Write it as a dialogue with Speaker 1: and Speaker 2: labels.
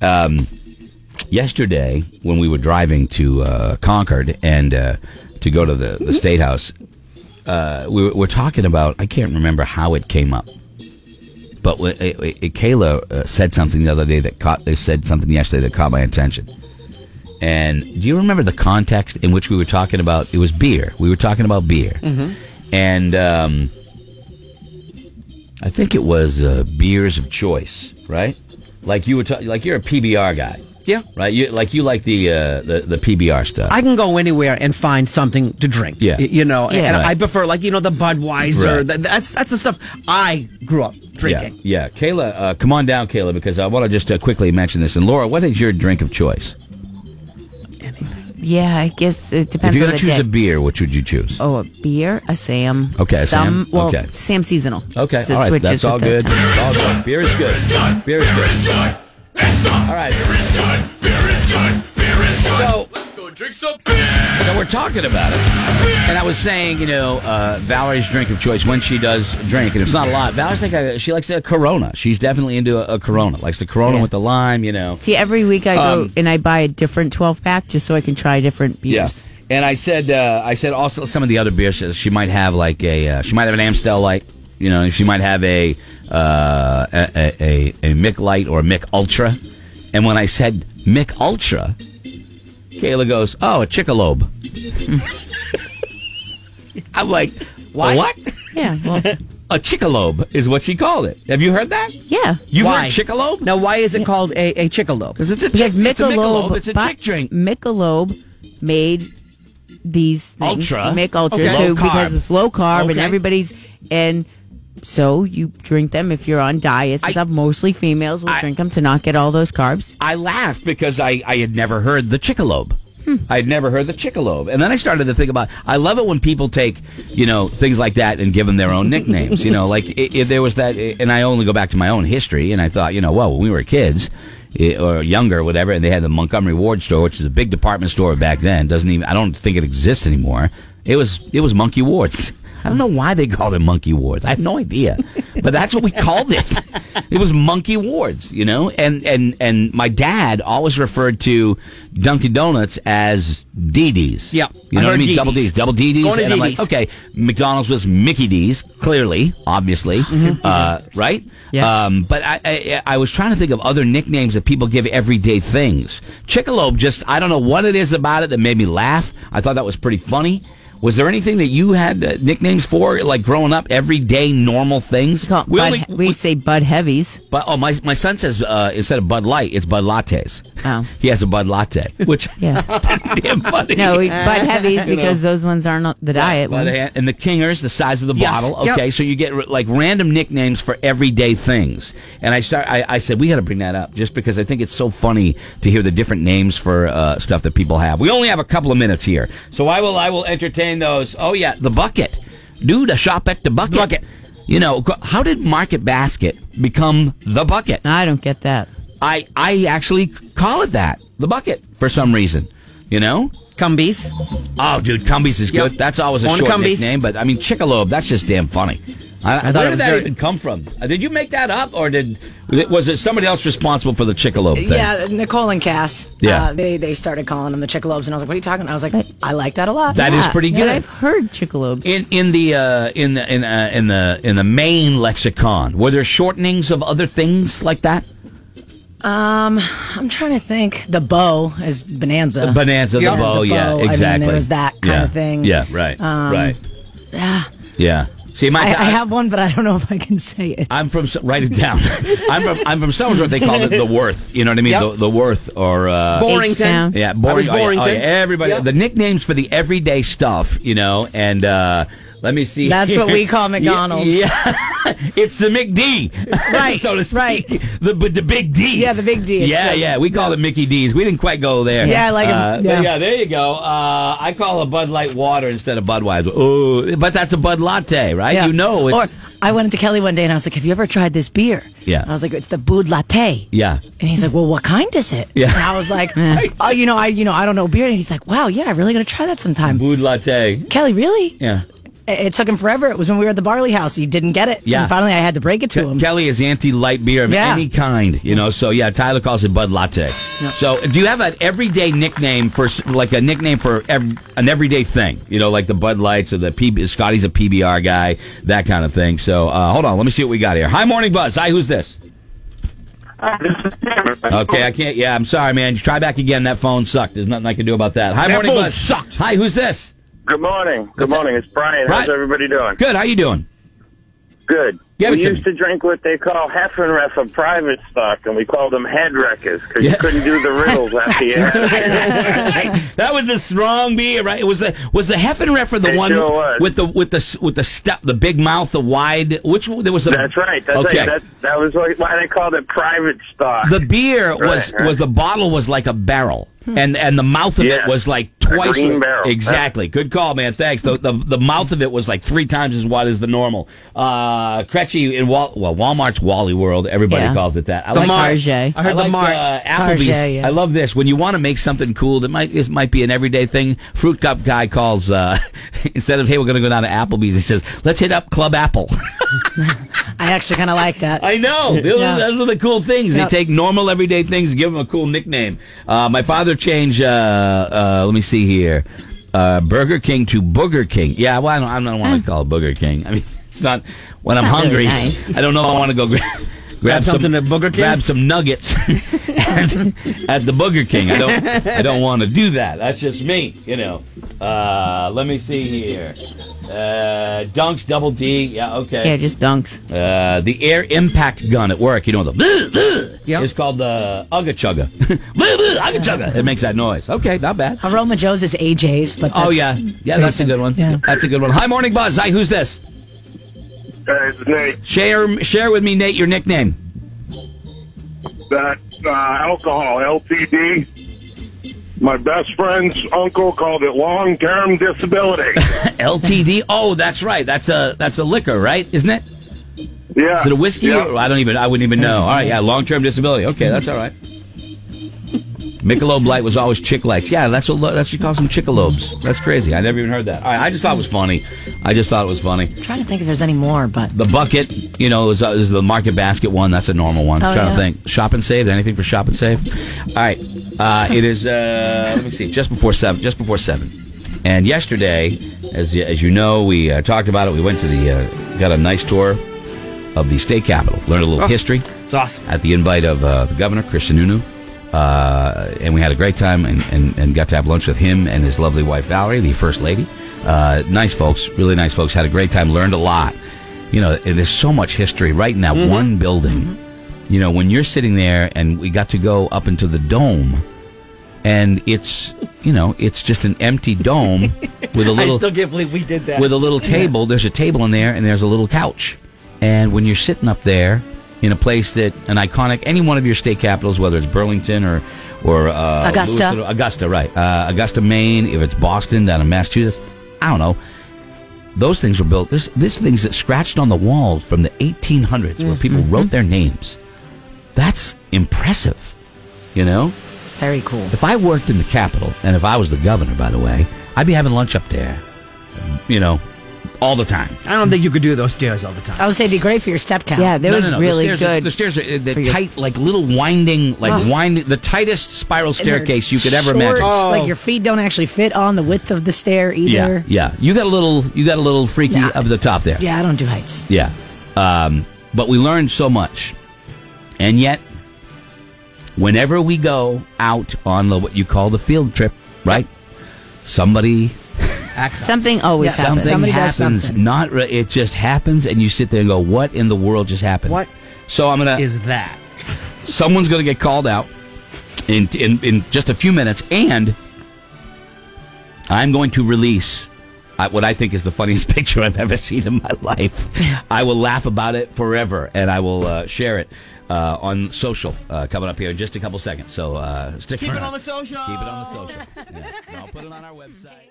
Speaker 1: Um, yesterday, when we were driving to uh, Concord and uh, to go to the, the State House, uh, we were, we're talking about, I can't remember how it came up, but wh- it, it, it, Kayla uh, said something the other day that caught, they said something yesterday that caught my attention. And do you remember the context in which we were talking about? It was beer. We were talking about beer. And um, I think it was uh, beers of choice, right? Like you were ta- like you're a PBR guy,
Speaker 2: Yeah.
Speaker 1: right? You like you like the uh, the, the PBR stuff.
Speaker 2: I can go anywhere and find something to drink.
Speaker 1: Yeah.
Speaker 2: Y- You know,
Speaker 1: Yeah.
Speaker 2: and
Speaker 1: Right.
Speaker 2: I prefer like, you know, the Budweiser.
Speaker 1: Right.
Speaker 2: Th- that's that's the stuff I grew up drinking.
Speaker 1: Yeah, yeah. Kayla, uh, come on down, Kayla, because I want to just uh, quickly mention this. And Laura, what is your drink of choice?
Speaker 3: Yeah, I guess it
Speaker 1: If
Speaker 3: depends
Speaker 1: you're
Speaker 3: on
Speaker 1: gonna
Speaker 3: the
Speaker 1: choose
Speaker 3: day.
Speaker 1: a beer, which would you choose?
Speaker 3: oh, a beer, a Sam.
Speaker 1: Okay, a Sam?
Speaker 3: Some, well,
Speaker 1: Okay.
Speaker 3: Sam seasonal.
Speaker 1: Okay,
Speaker 3: 'Cause it
Speaker 1: all right,
Speaker 3: switches
Speaker 1: that's all
Speaker 3: with the
Speaker 1: good.
Speaker 3: time.
Speaker 1: It's all good. Beer is good. Beer is good. All right. So
Speaker 4: Let's go drink some
Speaker 1: So we're talking about it. And I was saying, you know, uh, Valerie's drink of choice when she does drink, and it's not a lot. Valerie's like a, she likes a Corona. She's definitely into a, a Corona. Likes the Corona
Speaker 3: Yeah.
Speaker 1: with the lime, you know.
Speaker 3: See, every week I go
Speaker 1: Um,
Speaker 3: and I buy a different 12 pack just so I can try different beers.
Speaker 1: Yeah. And I said, uh, I said also some of the other beers she- she might have like a uh, she might have an Amstel light, you know, she might have a uh, a, a a Mick light or a Mick Ultra. And when I said Mick Ultra, Kayla goes, "Oh, a Chickalobe." I'm like, "What?
Speaker 3: Yeah. well,
Speaker 1: A Chickalobe is what she called it. Have you heard that?
Speaker 3: yeah.
Speaker 1: You've
Speaker 2: Why?
Speaker 1: heard Chickalobe?
Speaker 2: Now, why is it called a, a chickalope?
Speaker 1: because it's a chick.
Speaker 3: Because
Speaker 1: It's a
Speaker 3: Michelob,
Speaker 1: Michelob. It's a
Speaker 3: bu-
Speaker 1: chick drink.
Speaker 3: Michelob made these things,
Speaker 1: Ultra?
Speaker 3: Mick Ultra,
Speaker 1: Okay.
Speaker 3: so
Speaker 1: Low carb.
Speaker 3: because it's low carb and
Speaker 1: Okay.
Speaker 3: everybody's and so you drink them if you're on diets and
Speaker 1: I-
Speaker 3: stuff. Mostly females will
Speaker 1: I-
Speaker 3: drink them to not get all those carbs.
Speaker 1: I laughed because I, I had never heard the chickalobe. I had never heard the chickalobe. And then I started to think about I love it when people take, you know, things like that and give them their own nicknames. you know, like i i there was that, and I only go back to my own history, and I thought, you know, well, when we were kids i- or younger, whatever, and they had the Montgomery Ward store, which is a big department store back then. Doesn't even, I don't think it exists anymore. It was, it was Monkey Ward's. I don't know why they called it Monkey Wards. I have no idea, but that's what we called it. It was Monkey Wards, you know. And and and my dad always referred to Dunkin' Donuts as Dee Dee's.
Speaker 2: Yeah,
Speaker 1: you know
Speaker 2: I
Speaker 1: what I
Speaker 2: heard
Speaker 1: mean.
Speaker 2: Dee
Speaker 1: Double D's,
Speaker 2: Dee's.
Speaker 1: double Dee Dee's,
Speaker 2: Going to
Speaker 1: and I'm
Speaker 2: Dee
Speaker 1: like,
Speaker 2: Dee's.
Speaker 1: okay, McDonald's was Mickey D's, clearly, obviously, uh, right?
Speaker 3: Mm-hmm. Yeah.
Speaker 1: Um, but I, I I was trying to think of other nicknames that people give everyday things. Chickalobe, just I don't know what it is about it that made me laugh. I thought that was pretty funny. Was there anything that you had uh, nicknames for, like growing up, everyday normal things?
Speaker 3: We call it
Speaker 1: We
Speaker 3: Bud,
Speaker 1: only-
Speaker 3: we say Bud Heavies.
Speaker 1: but oh, my my son says uh, instead of Bud Light, it's Bud Lattes.
Speaker 3: Oh.
Speaker 1: He has a Bud Latte, which
Speaker 3: Yeah.
Speaker 1: damn funny.
Speaker 3: No, we, Bud Heavies
Speaker 1: You know.
Speaker 3: because those ones aren't the diet
Speaker 1: By the
Speaker 3: ones.
Speaker 1: hand- and the kingers, the size of the
Speaker 2: Yes,
Speaker 1: bottle.
Speaker 2: yep.
Speaker 1: Okay, so you get like random nicknames for everyday things. And I start. I, I said we got to bring that up just because I think it's so funny to hear the different names for uh, stuff that people have. We only have a couple of minutes here, so I will I will entertain those. Oh yeah, the bucket, dude. I shop at the bucket.
Speaker 2: Bucket.
Speaker 1: You know go- how did Market Basket become the bucket?
Speaker 3: I don't get that.
Speaker 1: I I actually call it that the bucket for some reason. You know.
Speaker 2: Cumbies.
Speaker 1: Oh, dude, Cumbies is
Speaker 2: Yep.
Speaker 1: good. That's always a
Speaker 2: Own
Speaker 1: short
Speaker 2: Cumbies.
Speaker 1: nickname, but I mean, Chickalobe, that's just damn funny. I,
Speaker 2: thought
Speaker 1: where
Speaker 2: it
Speaker 1: did
Speaker 2: was
Speaker 1: that
Speaker 2: very-
Speaker 1: even come from? Uh, Did you make that up, or did was it somebody else responsible for the Chickalobe thing?
Speaker 5: Yeah, Nicole and Cass.
Speaker 1: Yeah.
Speaker 5: Uh, they they started calling them the Chickalobes, and I was like, "What are you talking?" I was like, "I like that a lot."
Speaker 1: That is
Speaker 3: Yeah,
Speaker 1: pretty
Speaker 3: but
Speaker 1: good.
Speaker 3: I've heard chickalobes.
Speaker 1: In in the uh, in the in uh, in the in the main lexicon, were there shortenings of other things like that?
Speaker 5: I'm trying to think. The bow is bonanza.
Speaker 1: Bonanza,
Speaker 5: Uh, Yeah,
Speaker 1: the bow, yeah,
Speaker 5: bow.
Speaker 1: exactly.
Speaker 5: I mean, there was that kind
Speaker 1: yeah.
Speaker 5: of thing.
Speaker 1: Yeah, right, right,
Speaker 5: Yeah.
Speaker 1: yeah. See, my
Speaker 5: I, I have one, but I don't know if I can say it.
Speaker 1: I'm from write it down. I'm from I'm from Somersworth. They call it the Worth. You know what I mean?
Speaker 2: Yep.
Speaker 1: The, the Worth or uh,
Speaker 3: H-town.
Speaker 2: Borington.
Speaker 1: Yeah,
Speaker 2: I was
Speaker 1: boring. oh, yeah, oh,
Speaker 2: Borington.
Speaker 1: yeah, everybody,
Speaker 2: Yeah.
Speaker 1: the nicknames for the everyday stuff, you know. And uh, let me see.
Speaker 5: That's what we call McDonald's.
Speaker 1: Yeah, yeah. it's the McD,
Speaker 5: Right,
Speaker 1: so to speak.
Speaker 5: right.
Speaker 1: The but the big D.
Speaker 5: Yeah, the big D. It's
Speaker 1: Yeah,
Speaker 5: the-
Speaker 1: yeah. We call it Mickey D's. We didn't quite go there.
Speaker 5: Yeah, I like 'em.
Speaker 1: Uh,
Speaker 5: Yeah.
Speaker 1: but yeah, there you go. Uh, I call it Bud Light water instead of Budweiser. Oh, but that's a Bud Latte, right?
Speaker 5: Yeah.
Speaker 1: You know, it's
Speaker 5: Or I went into Kelly one day and I was like, "Have you ever tried this beer?"
Speaker 1: Yeah.
Speaker 5: I was like, "It's the Bud Latte."
Speaker 1: yeah.
Speaker 5: And he's like, "Well, what kind is it?"
Speaker 1: Yeah.
Speaker 5: And I was like, "Oh, you
Speaker 1: Mm-hmm.
Speaker 5: know, I you know, I don't know beer." And he's like, "Wow, yeah, I'm really gonna try that sometime."
Speaker 1: Bud Latte.
Speaker 5: Kelly, really?
Speaker 1: Yeah.
Speaker 5: It took him forever. It was when we were at the Barley House. He didn't get it.
Speaker 1: Yeah.
Speaker 5: And finally, I had to break it to him.
Speaker 1: Kelly is anti light beer of
Speaker 5: Yeah.
Speaker 1: any kind, you know. So yeah, Tyler calls it Bud Latte. So do you have an everyday nickname for s- like a nickname for ev- an everyday thing? You know, like the Bud Lights or the PB. Scotty's a PBR guy, that kind of thing. So uh, hold on, let me see what we got here. Hi, Morning Buzz. Hi, who's this? Okay, I can't. Yeah, I'm sorry, man. Try back again. That phone sucked. There's nothing I can do about that. Hi,
Speaker 2: That
Speaker 1: Morning
Speaker 2: phone
Speaker 1: Buzz.
Speaker 2: sucked.
Speaker 1: Hi, who's this?
Speaker 4: Good morning. Good
Speaker 1: What's
Speaker 4: morning. It's Brian. How's
Speaker 1: Brian.
Speaker 4: everybody doing?
Speaker 1: Good. How you doing?
Speaker 4: Good.
Speaker 1: Give it
Speaker 4: we
Speaker 1: to
Speaker 4: used
Speaker 1: me.
Speaker 4: to drink what they call Heffenref of private stock, and we called them head wreckers because
Speaker 1: Yeah.
Speaker 4: you couldn't do the riddles after you had
Speaker 1: That was the strong beer, right? It was the was the Heffenreffer the
Speaker 4: It
Speaker 1: one
Speaker 4: sure was.
Speaker 1: with the with the with the step, the big mouth, the wide. Which one? there was a.
Speaker 4: That's right. That's
Speaker 1: okay.
Speaker 4: right. That's, that was what- why they called it private stock.
Speaker 1: the beer was
Speaker 4: right.
Speaker 1: was the bottle was like a barrel, and and the mouth of it
Speaker 4: Yeah.
Speaker 1: was like
Speaker 4: A
Speaker 1: twice
Speaker 4: green barrel.
Speaker 1: exactly. Good call, man. Thanks. The, the the mouth of it was like three times as wide as the normal. Uh, Kretschy in Wal well Walmart's Wally World. Everybody
Speaker 3: Yeah.
Speaker 1: calls it that. I
Speaker 2: The
Speaker 1: like
Speaker 2: Mart.
Speaker 3: Target.
Speaker 2: I heard the
Speaker 1: like,
Speaker 2: Mart.
Speaker 1: Uh, Applebee's.
Speaker 3: Target, yeah.
Speaker 1: I love this. When you want to make something cool, that might this might be an everyday thing. Fruit cup guy calls uh, instead of hey, we're going to go down to Applebee's. He says, let's hit up Club Apple.
Speaker 5: I actually kind of like that.
Speaker 1: I know. Those,
Speaker 5: Yeah.
Speaker 1: are, those are the cool things.
Speaker 5: Yeah.
Speaker 1: They take normal everyday things and give them a cool nickname. Uh, my father changed. Uh, uh, let me see here. Uh, Burger King to Booger King. Yeah, well, I don't, I don't want to call it Booger King. I mean, it's not when I'm
Speaker 3: not
Speaker 1: hungry.
Speaker 3: really nice.
Speaker 1: I don't know. if I want to go grab. Grab,
Speaker 2: Grab something
Speaker 1: some,
Speaker 2: at Booger King?
Speaker 1: Grab some nuggets at, at the Booger King. I don't. I don't want to do that. That's just me, you know. Uh, let me see here. Uh, Dunks Double D. Yeah. Okay.
Speaker 3: Yeah, just dunks.
Speaker 1: Uh, the air impact gun at work, you know the. bleh, bleh,
Speaker 2: Yep.
Speaker 1: It's called the Ugga Chugga. Bleh, bleh, Ugga Chugga. It makes that noise. Okay, not bad.
Speaker 5: Aroma Joe's is AJ's, but that's
Speaker 1: oh yeah, yeah, that's a good one.
Speaker 5: Yeah.
Speaker 1: That's a good one. Hi, morning buzz. Hi, who's this?
Speaker 6: Hey, it's Nate.
Speaker 1: Share share with me, Nate, your nickname.
Speaker 6: That uh, alcohol, LTD. My best friend's uncle called it long-term disability.
Speaker 1: LTD. Oh, that's right. That's a that's a liquor, right? Isn't it?
Speaker 6: Yeah.
Speaker 1: Is it a whiskey?
Speaker 6: Yeah.
Speaker 1: Or- I don't even. I wouldn't even know. All right. Yeah. Long term disability. Okay, that's all right. Michelob Light was always chick lights. Yeah, that's what that she calls them chickalobes. That's crazy. I never even heard that. All right, I just thought it was funny. I just thought it was funny.
Speaker 5: I'm trying to think if there's any more, but
Speaker 1: The bucket, you know, is, uh, is the market basket one. That's a normal one.
Speaker 3: Oh,
Speaker 1: trying
Speaker 3: yeah.
Speaker 1: to think. Shop and save. Anything for shop and save? All right. Uh, it is. Uh, let me see. Just before seven. Just before seven. And yesterday, as y- as you know, we uh, talked about it. We went to the uh, got a nice tour of the state capitol. Learned a little
Speaker 3: Oh.
Speaker 1: history
Speaker 2: It's awesome.
Speaker 1: at the invite of uh, the governor, Chris Sununu. Uh, and we had a great time and, and, and got to have lunch with him and his lovely wife, Valerie, the first lady. Uh, nice folks, really nice folks. Had a great time, learned a lot. You know, and there's so much history right in that
Speaker 2: Mm-hmm.
Speaker 1: one building. You know, when you're sitting there and we got to go up into the dome and it's, you know, it's just an empty dome with a little
Speaker 2: I still can't believe we did that.
Speaker 1: with a little table. There's a table in there, and there's a little couch. And when you're sitting up there in a place that an iconic, any one of your state capitals, whether it's Burlington or or uh,
Speaker 5: Augusta.
Speaker 1: Lewiston- Augusta, right? Uh, Augusta, Maine. If it's Boston, down in Massachusetts, I don't know. Those things were built. This these things that scratched on the wall from the 1800s, where people wrote their names. That's impressive, you know.
Speaker 5: very cool.
Speaker 1: If I worked in the Capitol, and if I was the governor, by the way, I'd be having lunch up there, you know, all the time.
Speaker 2: I don't think you could do those stairs all the time.
Speaker 5: I would say it'd be great for your step count.
Speaker 3: Yeah, that
Speaker 1: no,
Speaker 3: was
Speaker 1: no, no.
Speaker 3: really
Speaker 1: the stairs Are,
Speaker 3: good.
Speaker 1: the stairs are uh,
Speaker 3: for
Speaker 1: the
Speaker 3: your- Uh-huh.
Speaker 1: tight, like little winding, like
Speaker 2: Ugh.
Speaker 1: winding, the tightest spiral staircase you could ever
Speaker 5: Short,
Speaker 1: imagine.
Speaker 2: Oh.
Speaker 5: Like your feet don't actually fit on the width of the stair
Speaker 1: Yeah,
Speaker 5: either.
Speaker 1: yeah. You got a little, you got a little freaky
Speaker 5: Nah.
Speaker 1: up at the top there.
Speaker 5: Yeah, I don't do heights.
Speaker 1: Yeah. Um, but we learned so much. And yet, whenever we go out on the, what you call the field trip, right? Somebody,
Speaker 3: Something always
Speaker 5: Yeah,
Speaker 3: happens.
Speaker 1: something
Speaker 5: Somebody does
Speaker 1: happens.
Speaker 5: something.
Speaker 1: Not re- it just happens, and you sit there and go, "What in the world just happened?"
Speaker 2: What
Speaker 1: So I'm gonna.
Speaker 2: is that?
Speaker 1: someone's going to get called out in, in in just a few minutes, and I'm going to release uh, what I think is the funniest picture I've ever seen in my life. I will laugh about it forever, and I will uh, share it uh, on social uh, coming up here in just a couple seconds. So uh, stick
Speaker 2: Keep it
Speaker 1: around.
Speaker 2: on the social.
Speaker 1: Keep it on the social. Yeah. And I'll put it on our website.